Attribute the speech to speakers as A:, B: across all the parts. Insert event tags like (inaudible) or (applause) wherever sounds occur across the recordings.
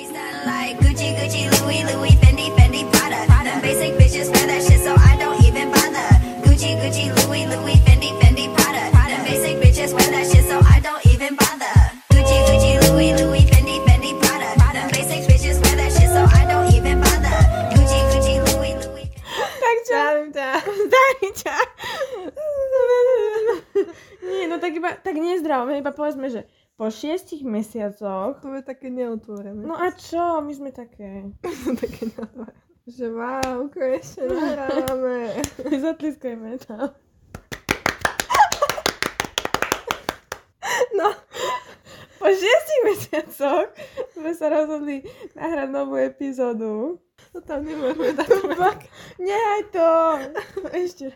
A: like Gucci, Gucci, Louis, Louis, Fendi, Fendi, Prada. Prada. Basic bitches wear that shit, so I don't even bother. Gucci, Gucci, Louis, Louis, Fendi, Fendi, Prada. Prada. Basic bitches wear that shit, so I don't even bother. Gucci, Gucci, Louis, Louis, Fendi, Fendi, Prada. Prada. Basic bitches wear that shit, so I don't even bother. Gucci, Gucci, Louis, Louis.
B: Tak chciałabym cię. Zdali cię. Nie, no tak chyba, tak nie jest zdrowo, chyba powiedzmy, że po sześciu miesiącach.
C: To były takie nieutworzone.
B: No a co, myśmy
C: (laughs)
B: takie.
C: takie nazwy. Że wow, wreszcie
B: (laughs)
C: nagramy.
B: Zatliskujemy to.
C: No,
B: Po sześciu miesiącach my się rozhodli nagrać nowy epizodu.
C: to tam nie możemy tak.
B: Nie,
C: (laughs)
B: to! Jeszcze. raz.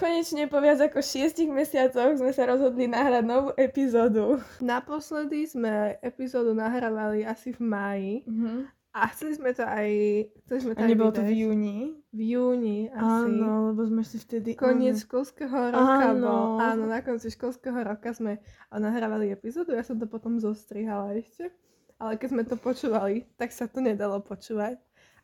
B: Koniecznie powiedz jako sześciu miesiącach my się rozhodli nagrać nowy epizodu.
C: Naposledy sme epizódu nahrávali asi v máji.
B: Mhm.
C: A chceli sme to aj... Chceli sme to
B: A
C: aj
B: nie było to w
C: vydať.
B: juni?
C: V júni asi.
B: Áno, lebo sme si vtedy...
C: Koniec
B: áno.
C: školského roka
B: Áno.
C: bol. Áno, na konci školského roka sme nahrávali epizódu, ja som to potom zostrihala ešte. Ale keď sme to počúvali, tak sa to nedalo počúvať.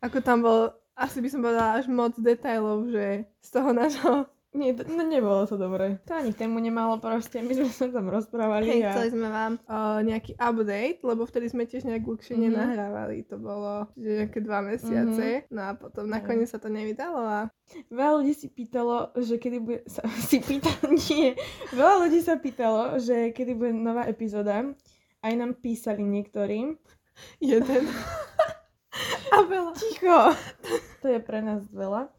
C: Ako tam bol, asi by som povedala až moc detajlov, že z toho nášho...
B: Nie, to, no nie bolo to dobré. To ani k tému nemalo proste, my sme sa tam rozprávali a...
C: Hej, chceli sme vám uh, nejaký update, lebo vtedy sme tiež nejak
B: Mhm.
C: dlhšie nenahrávali. To bolo že nejaké dva mesiace. No a potom nakoniec sa to nevydalo a
B: Veľa ľudí si pýtalo, že kedy bude... Sa, (laughs) si pýtalo, nie. Veľa ľudí sa pýtalo, že kedy bude nová epizóda. Aj nám písali niektorí.
C: jeden. a veľa.
B: Ticho! (laughs) To je pre nás veľa.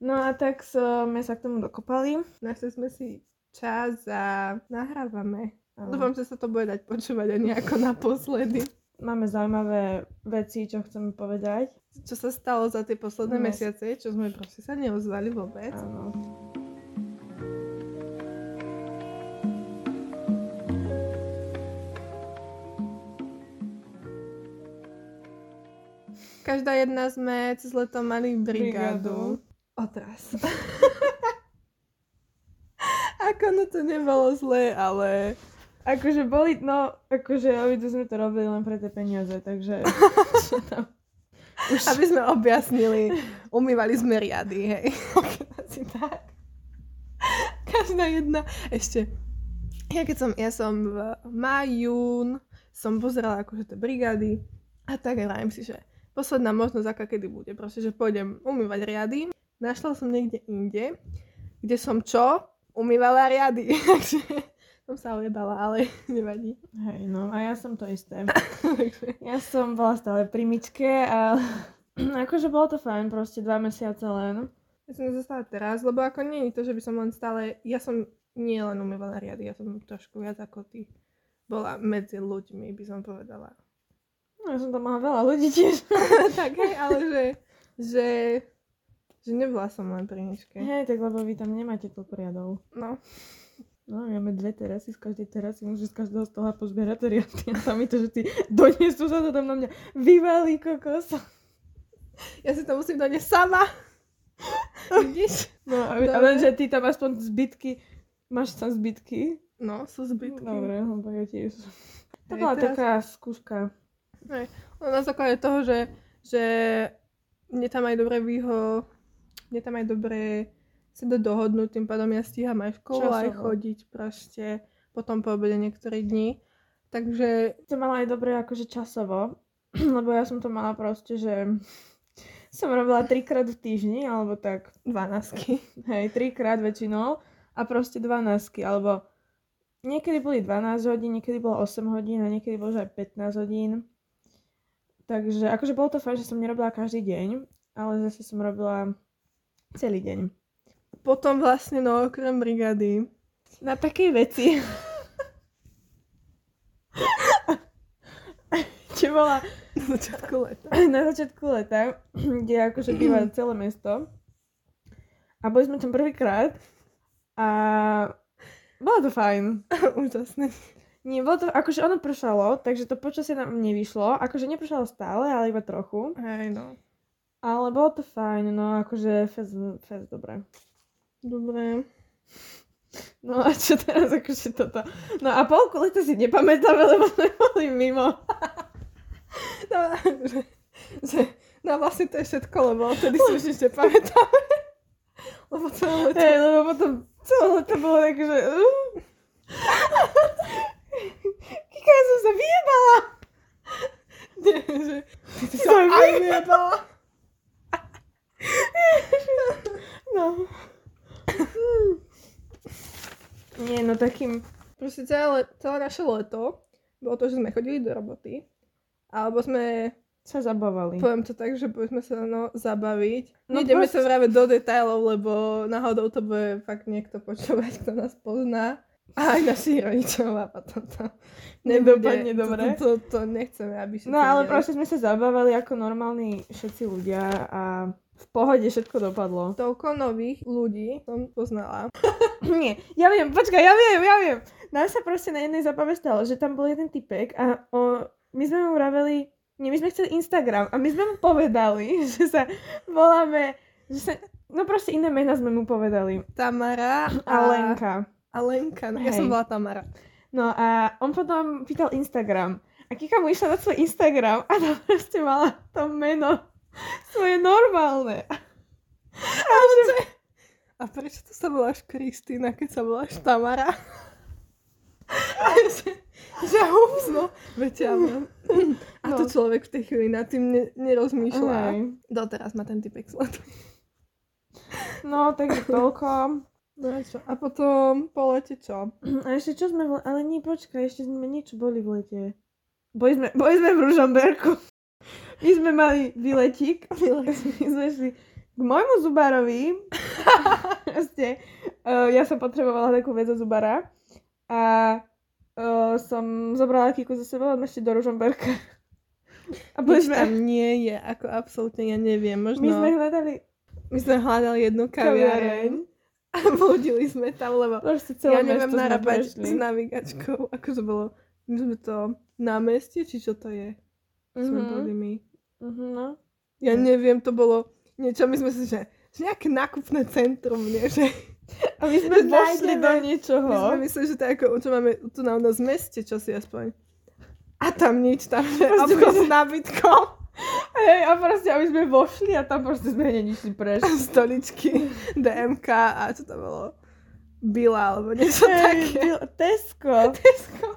B: No a tak sme sa k tomu dokopali.
C: Našli sme si čas a nahrávame.
B: Áno.
C: Dúfam, že sa to bude dať počúvať a nejako naposledy.
B: Máme zaujímavé veci, čo chceme povedať.
C: Čo sa stalo za tie posledné
B: No.
C: mesiace, čo sme proste sa neozvali vôbec.
B: Áno.
C: Každá jedna sme cez leto mali brigádu. Otras. (laughs) Ako no to nebolo zlé, ale
B: Akože boli, no, akože obidve sme to robili len pre tie peniaze,
C: (laughs)
B: takže... čo tam? Už...
C: aby sme objasnili, umývali sme riady, hej.
B: (laughs) Asi tak.
C: Každá jedna. Ešte. Ja keď som, ja som v majún, som pozerala akože tie brigády a tak aj vrajím si, že posledná možnosť, aká kedy bude, proste, že pôjdem umývať riady. Našla som niekde inde, kde som čo? Umývala riady. (laughs) Takže som sa ojebala, ale nevadí. (laughs)
B: Hej, no, a ja som to isté.
C: Takže
B: Ja som bola stále pri Mičke a (clears throat) akože bolo to fajn, proste dva mesiace len.
C: ja som zostala teraz, lebo ako nie je to, že by som len stále, ja som nie len umývala riady, ja som trošku viac ako ty bola medzi ľuďmi, by som povedala. (laughs)
B: No, ja som tam mala veľa ľudí tiež.
C: tak, hej, ale že, že, že nebola som len pri ničke.
B: Hej, tak lebo vy tam nemáte tu priadov.
C: No,
B: No, máme dve terasy, z každej terasy môžeš z každého stola pozbierať riadky a tam je to, že ty doniesú sa to tam na mňa. Vyvalí kokos.
C: ja si to musím doniesť
B: (laughs)
C: sama. Vidíš?
B: No, a, a
C: Dobre.
B: lenže ty tam aspoň zbytky, máš tam zbytky.
C: No, sú zbytky.
B: Dobre, lebo ja tiež. To
C: Hej,
B: bola
C: teraz-
B: taká skúška.
C: No, na základe toho, že, že mne tam aj dobre vyho... Mne tam aj dobre sa dá dohodnúť, tým pádom ja stíham aj školu, aj
B: Časovo.
C: chodiť proste potom po obede niektoré dni. Takže
B: to mala aj dobre akože časovo, (clears throat) lebo ja som to mala proste, že som robila trikrát v týždni, alebo tak,
C: (laughs) dvanásky.
B: hej, trikrát väčšinou a proste 12, alebo niekedy boli 12 hodín, niekedy bolo 8 hodín a niekedy bolo že aj 15 hodín. Takže akože bolo to fajn, že som nerobila každý deň, ale zase som robila celý deň.
C: Potom vlastne, no okrem brigády,
B: Na takej veci. Čo bola
C: (laughs) na začiatku leta.
B: (laughs) (clears throat) na začiatku leta, (clears throat) kde akože (clears throat) býva celé mesto. A boli sme tam prvýkrát a bolo to fajn.
C: Úžasné.
B: Nie, bolo to, akože ono pršalo, takže to počasie nám nevyšlo. Akože nepršalo stále, ale iba trochu.
C: Hej, no.
B: Ale bolo to fajn, no akože fest, fest dobre.
C: Dobre.
B: No a čo teraz akože toto? No a polku leta si nepamätáme, lebo sme boli mimo.
C: (laughs) No, že, že, no vlastne to je všetko, lebo vtedy si už nič nepamätáme. (laughs) Lebo to je
B: Hej, lebo potom celé leto bolo tak, že...
C: (laughs)
B: Uh, Kika, ja som sa vyjebala!
C: (laughs) Nie, že... Ty
B: sa aj
C: vyjebala.
B: (laughs) No. Nie, no takým...
C: Proste celé, le- celé naše leto bolo to, že sme chodili do roboty. Alebo sme,
B: sa zabavali.
C: poviem to tak, že boli sme sa no, zabaviť.
B: No
C: Mm. No Ideme
B: proste-
C: sa práve do detailov, lebo náhodou to bude fakt niekto počúvať, kto nás pozná. A aj našich rodičov a potom to nebude.
B: Nedopadne dobre.
C: To, to, to, to nechceme, aby
B: No ale proste sme sa zabávali ako normálni všetci ľudia a v pohode všetko dopadlo. (clears throat)
C: Toľko nových ľudí som poznala.
B: Nie, ja viem, počkaj, ja viem, ja viem. Nám sa proste na jednej zábave stalo, že tam bol jeden typek a o, my sme mu vraveli, nie, my sme chceli Instagram a my sme mu povedali, (laughs) že sa voláme, že sa, no proste iné mená sme mu povedali.
C: Tamara (clears throat)
B: A Lenka.
C: A Lenka, no, ja
B: Hej.
C: som bola Tamara.
B: No a on potom pýtal Instagram. A Kika mu išla na svoj Instagram a tam proste mala to meno svoje normálne. A že,
C: A prečo to sa voláš Kristýna, keď sa voláš Tamara? že, že ups, no. Veď ja (laughs) mám. A to
B: No.
C: človek v tej chvíli nad tým ne,
B: Hej.
C: nerozmýšľa. Doteraz ma ten typek sleduje.
B: No, takže toľko.
C: No a čo? A potom po lete čo?
B: A ešte čo sme... Boli? Ale nie, počkaj, ešte sme niečo boli v lete. Boli sme, (laughs) boli sme v Ružomberku. My sme mali výletík. (laughs) My sme šli k môjmu
C: (laughs)
B: zubárovi. Proste, eh, ja som potrebovala takú vec od zubára. A eh, som zobrala Kiku za sebou a sme šli do Ružomberka. A boli
C: Nič
B: sme...
C: tam no. nie je, ako absolútne ja neviem. Možno
B: My sme hľadali
C: my sme hľadali jednu
B: kaviareň.
C: kaviareň (laughs) a blúdili sme tam, lebo
B: Proste
C: ja
B: celé mesto
C: neviem
B: sme
C: narábať
B: prešli.
C: s navigačkou, ako to bolo. My sme to na meste, či čo to je? Sme
B: Mhm,
C: boli my.
B: mhm, no.
C: Ja neviem, to bolo niečo, my sme si, že, že nejaké nákupné centrum, nie? Že,
B: A my sme
C: Nájdeme.
B: vošli do niečoho.
C: my sme mysleli, že to je ako, čo máme tu na u nás v meste, čo si aspoň. A tam nič, tam že
B: Proste
C: obchod
B: my
C: s nábytkom,
B: Hej, a proste, aby sme vošli a tam proste sme hneď išli preč. (laughs)
C: stoličky, (laughs) DMK a čo to bolo? Bila alebo niečo
B: Hej,
C: také.
B: bylo- (laughs) Tesco.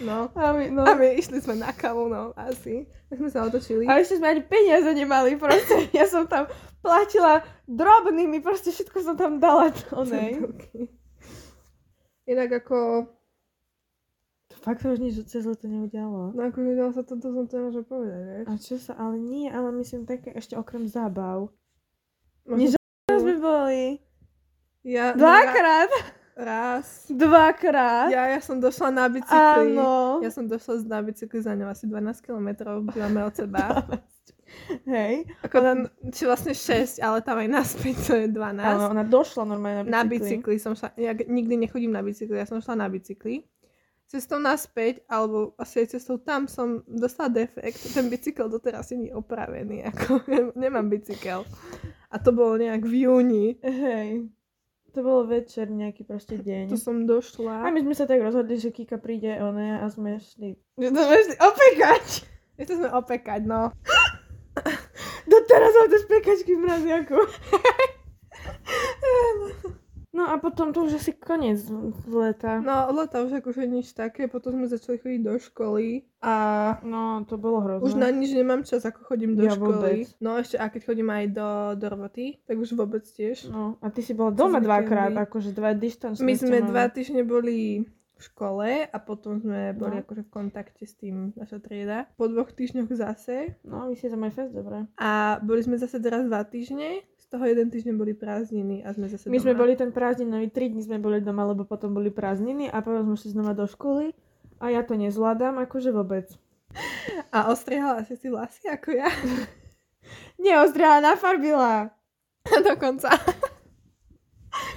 C: No.
B: A, my, no.
C: A my (laughs) išli sme na kavu, no asi. Tak sme sa otočili.
B: a ešte sme ani peniaze nemali, proste. (laughs) Ja som tam platila drobnými, proste všetko som tam (laughs) dala. To, nej.
C: Centovky. Inak ako...
B: To fakt sa už nič cez leto neudialo.
C: No akože dalo sa to, to som to nemôžem povedať, vieš.
B: A čo sa, ale nie, ale myslím také ešte okrem zábav.
C: Možno-
B: Nie, (laughs) že Čo sme boli?
C: Ja, no, ra-
B: Dvakrát!
C: raz.
B: Dvakrát!
C: Ja, ja som došla na bicykli.
B: Áno.
C: Ja som došla z- na bicykli za ňou asi 12 km, bývame od
B: (laughs)
C: seba.
B: Hej.
C: Ako na, či vlastne 6, ale tam aj naspäť to je 12.
B: Áno, ona došla normálne
C: na bicykli som šla, ja nikdy nechodím na bicykli, ja som šla na bicykli. Cestou naspäť, alebo asi aj cestou tam som dostala defekt. Ten bicykel doteraz je mi opravený, ako (laughs) nemám bicykel. A to bolo nejak v júni.
B: Hej. To bolo večer nejaký proste deň.
C: To
B: A
C: som došla.
B: my sme sa tak rozhodli, že Kika príde ona a sme šli. Že to sme šli opekať!
C: Ja to sme opekať, no.
B: Doteraz mám to z pekačky v mraziaku. (laughs) No a potom to už asi koniec leta.
C: No, leta už akože nič také, potom sme začali chodiť do školy a
B: No, to bolo hrozné.
C: už na nič nemám čas, ako chodím do
B: Ja
C: školy.
B: vôbec.
C: No ešte, a keď chodím aj do, do roboty, tak už vôbec tiež.
B: No, a ty si bola doma
C: Cez
B: dvakrát,
C: víkendy.
B: akože dva distančné.
C: My
B: ste
C: sme
B: mali.
C: dva týždne boli v škole a potom sme boli
B: No.
C: akože v kontakte s tým naša trieda. Po dvoch týždňoch zase
B: No, vy ste tam aj fest, dobre.
C: a boli sme zase teraz dva týždne, z toho jeden týždeň boli prázdniny a sme zase
B: My
C: doma.
B: sme boli ten prázdninový, tri dni sme boli doma, lebo potom boli prázdniny a potom sme šli znova do školy a ja to nezvládam, akože vôbec.
C: A ostrihala si si vlasy ako ja (laughs)
B: Neozdrela, nafarbila!
C: dokonca.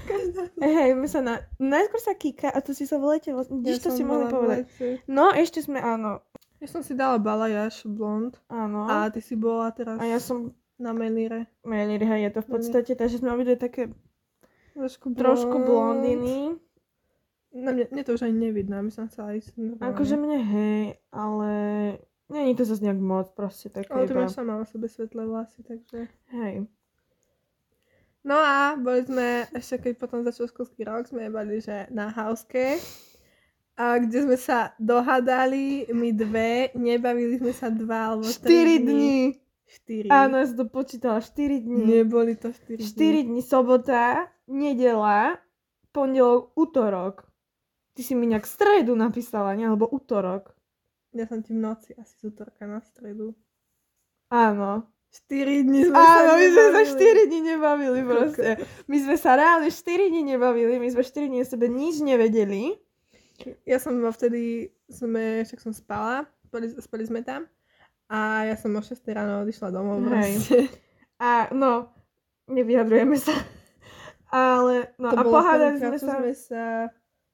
C: Každá.
B: Hej, my sa na... Najskôr sa kýka a to si sa v lete vlastne... Ja to si mohli povedať. No, ešte sme, áno.
C: Ja som si dala balajaš blond
B: Áno.
C: a ty si bola teraz
B: No. a ja som...
C: na menire.
B: Melirha je to v podstate, takže sme obidve také
C: Trošku, blond.
B: Trošku blondiny.
C: Na mne, mne to už ani nevidno, my som chcela ísť. normálne.
B: Akože mne hej, ale není to zase nejak moc, proste také
C: Ale ty
B: iba.
C: máš sama o sebe svetlé vlasy, takže...
B: Hej.
C: No a boli sme, ešte keď potom začal školský rok, sme boli, že na hauske, a kde sme sa dohadali, my dve, nebavili sme sa dva alebo tri
B: 4 dní.
C: Štyri.
B: Áno, ja som to počítala, 4 dní.
C: Neboli to štyri
B: 4
C: dní.
B: dní, sobota, nedela, pondelok, útorok. Ty si mi nejak stredu napísala, ne? Alebo útorok.
C: Ja som ti v noci asi z útorka na stredu.
B: Áno.
C: Štyri dní sme
B: Áno, my sme sa
C: nebavili.
B: 4 dní nebavili
C: Koľko?
B: proste. My sme sa reálne 4 dní nebavili, my sme 4 dní o sebe nič nevedeli.
C: Ja som vo vtedy, sme, však som spala, spali, spali sme tam. A ja som o 6 ráno odišla domov.
B: Hej.
C: proste.
B: A no, nevyjadrujeme sa. (laughs) Ale, no
C: To
B: a
C: bolo
B: pohádali
C: prvýkrát,
B: sme
C: čo
B: sa.
C: sme sa...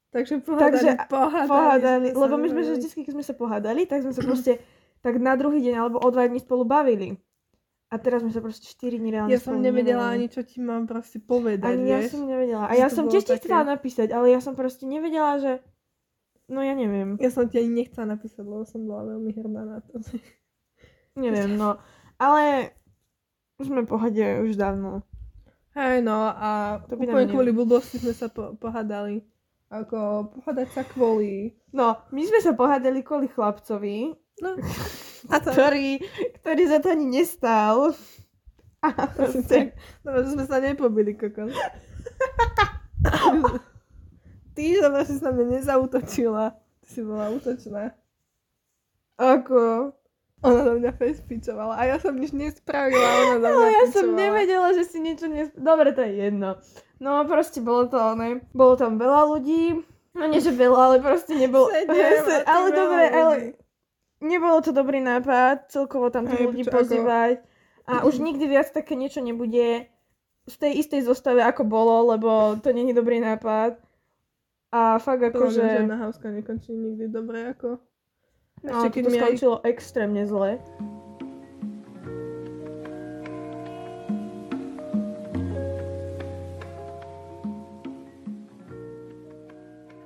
C: Takže pohádali,
B: Takže
C: pohádali,
B: Pohádali, lebo my sme,
C: sa,
B: že vždy, keď sme sa pohádali, tak sme sa proste tak na druhý deň alebo o dva dní spolu bavili. A teraz sme sa proste 4 dní reálne
C: Ja som
B: spolu
C: nevedela
B: nebavili.
C: ani, čo ti mám proste povedať,
B: no. Ani ja
C: vieš.
B: som nevedela. A
C: Že
B: ja
C: to
B: som
C: bolo
B: tiež ti
C: také-
B: chcela napísať, ale ja som proste nevedela, že... No ja neviem.
C: Ja som ti ani nechcela napísať, lebo som bola veľmi hrdá na to. (laughs)
B: Neviem, no. Ale už sme v pohode už dávno.
C: Hej, no a
B: To by nám
C: úplne
B: nevadilo. kvôli
C: kvôli blbosti sme sa po- pohádali. Ako pohádať sa kvôli...
B: No, my sme sa pohádali kvôli chlapcovi,
C: No.
B: (laughs)
C: A to...
B: ktorý, ktorý za to ani nestal. A proste,
C: Dobre, No, že sme sa nepobili,
B: (laughs)
C: kokos. Ty, dobre, že sa mne nezautočila. Ty si bola útočná.
B: ako...
C: Ona do mňa facepičovala a ja som nič nespravila, ona do mňa
B: Ale No, ja som
C: pičovala.
B: nevedela, že si niečo nes... Dobre, to je jedno. No a proste bolo to oné. Bolo tam veľa ľudí. No nie, že veľa, ale proste nebolo... (laughs)
C: Sedem, a to
B: ale
C: veľa
B: dobre, ale
C: ľudí.
B: nebolo to dobrý nápad celkovo tam tých
C: Hej,
B: ľudí
C: čo ako-
B: pozývať. A
C: (clears throat)
B: už nikdy viac také niečo nebude z tej istej zostave, ako bolo, lebo to není dobrý nápad. A fakt
C: To že...
B: akože...
C: žiadna hauska nekončí nikdy dobre ako...
B: Ešte keď No, to
C: mi aj-
B: skončilo extrémne zle.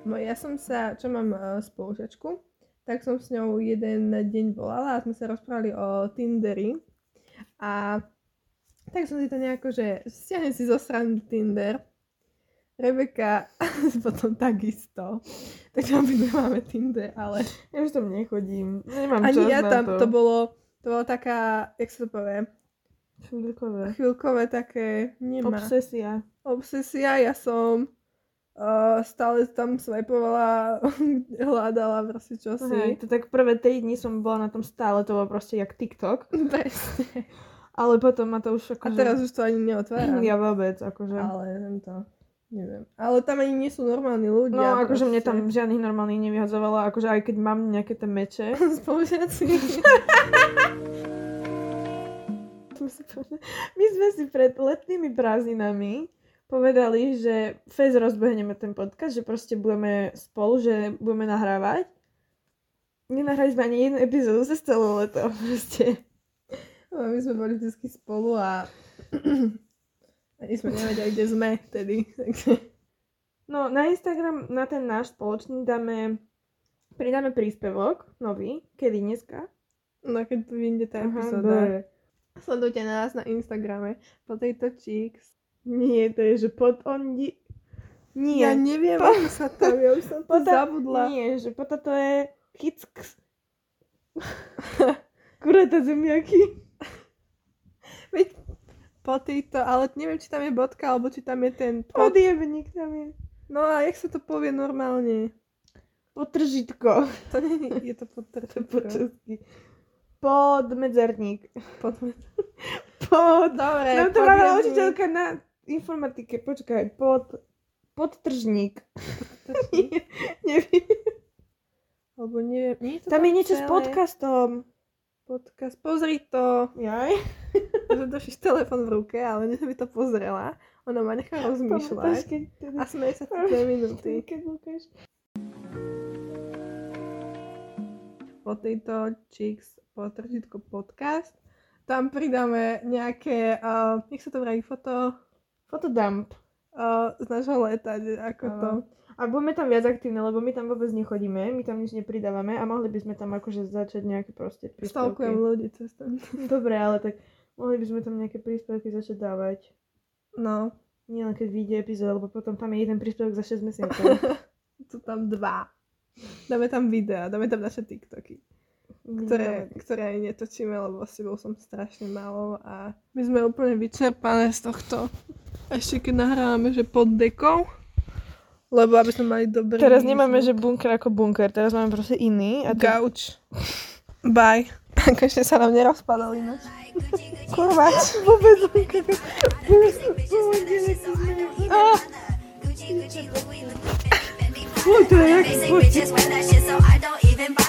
C: No ja som sa, čo mám uh, spolužačku, tak som s ňou jeden deň volala a sme sa rozprávali o Tinderi. A tak som si to nejako, že stiahnem si zo strany Tinder. Rebeka (laughs) potom takisto. Takže my máme Tinder, ale
B: Ja už tam nechodím. Nemám
C: ani
B: čas
C: ja
B: na
C: tam,
B: to.
C: to bolo, to bolo taká, jak sa to povie,
B: Šudlikové.
C: chvíľkové také, nemá.
B: Obsesia.
C: obsesia, ja som uh, stále tam swipovala, (laughs) hľadala proste
B: Hej,
C: čosi.
B: to tak prvé 3 dní som bola na tom stále, to bolo proste jak TikTok,
C: (laughs) Presne.
B: ale potom ma to už
C: A
B: akože...
C: teraz už to ani neotváram.
B: (laughs) (clears throat) Ja vôbec, akože...
C: Ale neviem to, neviem. Ale tam ani nie sú normálni ľudia.
B: No, akože mne tam
C: proste. (laughs)
B: žiadnych normálnych nevyhazovala, akože aj keď mám nejaké tie meče. (laughs)
C: Spolužiaci.
B: sme si povedali- My sme si pred letnými prázdninami povedali, že fez rozbehneme ten podcast, že proste budeme spolu, že budeme nahrávať. Nenahrali sme ani jednu epizódu za celé leto, (laughs) proste.
C: No, My sme boli vždy spolu a (clears throat) ani sme nevedeli, kde sme vtedy. (laughs) Takže...
B: No, na Instagram, na ten náš spoločný dáme, pridáme príspevok nový, kedy dneska.
C: No keď tu vyjde tá epizóda.
B: dobre.
C: Sledujte nás na Instagrame po tejto chicks.
B: Nie, to je, že pod ondi... Nie.
C: Ja neviem,
B: Po-
C: ako sa tam, ja už som
B: (laughs)
C: to
B: Pota-
C: zabudla.
B: Nie, že potom to je (laughs) kick. Kurata zemiaky.
C: Veď po tejto, ale neviem, či tam je bodka, alebo či tam je ten pod.
B: Podjebník tam je.
C: No a jak sa to povie normálne?
B: (laughs) Potržitko.
C: To nie je to pod
B: To po česky. Podmedzerník. Pod...
C: Dobre,
B: Nám to
C: pod
B: mala
C: jedným.
B: učiteľka na informatike. Počkaj, pod... Podtržník. (laughs) Nie, neviem.
C: Alebo neviem, nie je to
B: Tam je niečo s
C: celé.
B: podcastom.
C: Podcast, pozri to.
B: Jaj.
C: Že držíš telefon v ruke, ale (laughs) nie by to pozrela. Ona ma nechá rozmýšľať. A smeje sa tu
B: (laughs)
C: 2 minúty. po tejto Chicks po tržitko podcast. Tam pridáme nejaké, uh, nech sa to vraví, foto,
B: Fotodump.
C: o, z nášho leta, ne- ako
B: Áno.
C: to.
B: A budeme tam viac aktívne, lebo my tam vôbec nechodíme, my tam nič nepridávame a mohli by sme tam akože začať nejaké proste
C: Stalkujem
B: príspevky.
C: ľudí cez ten.
B: (laughs) Dobre, ale tak mohli by sme tam nejaké príspevky začať dávať.
C: No,
B: Nie len keď vyjde epizóda, lebo potom tam je jeden príspevok za 6
C: (laughs)
B: mesiacov.
C: sú tam dva. Dáme tam videá, dáme tam naše TikToky, ktoré, ktoré aj netočíme, lebo s tebou som strašne málo a my sme úplne vyčerpané z tohto. Ešte keď nahrávame, že pod dekou, lebo aby sme mali dobrý...
B: Teraz nemáme, že bunker ako bunker, teraz máme proste iný. A to...
C: Gauč. Bye. (laughs) Konečne sa nám nerozpadol ináč.
B: (laughs)
C: Kurva, vôbec.
A: What the heck? Basic bitches wear that shit so I don't even bother. Ah.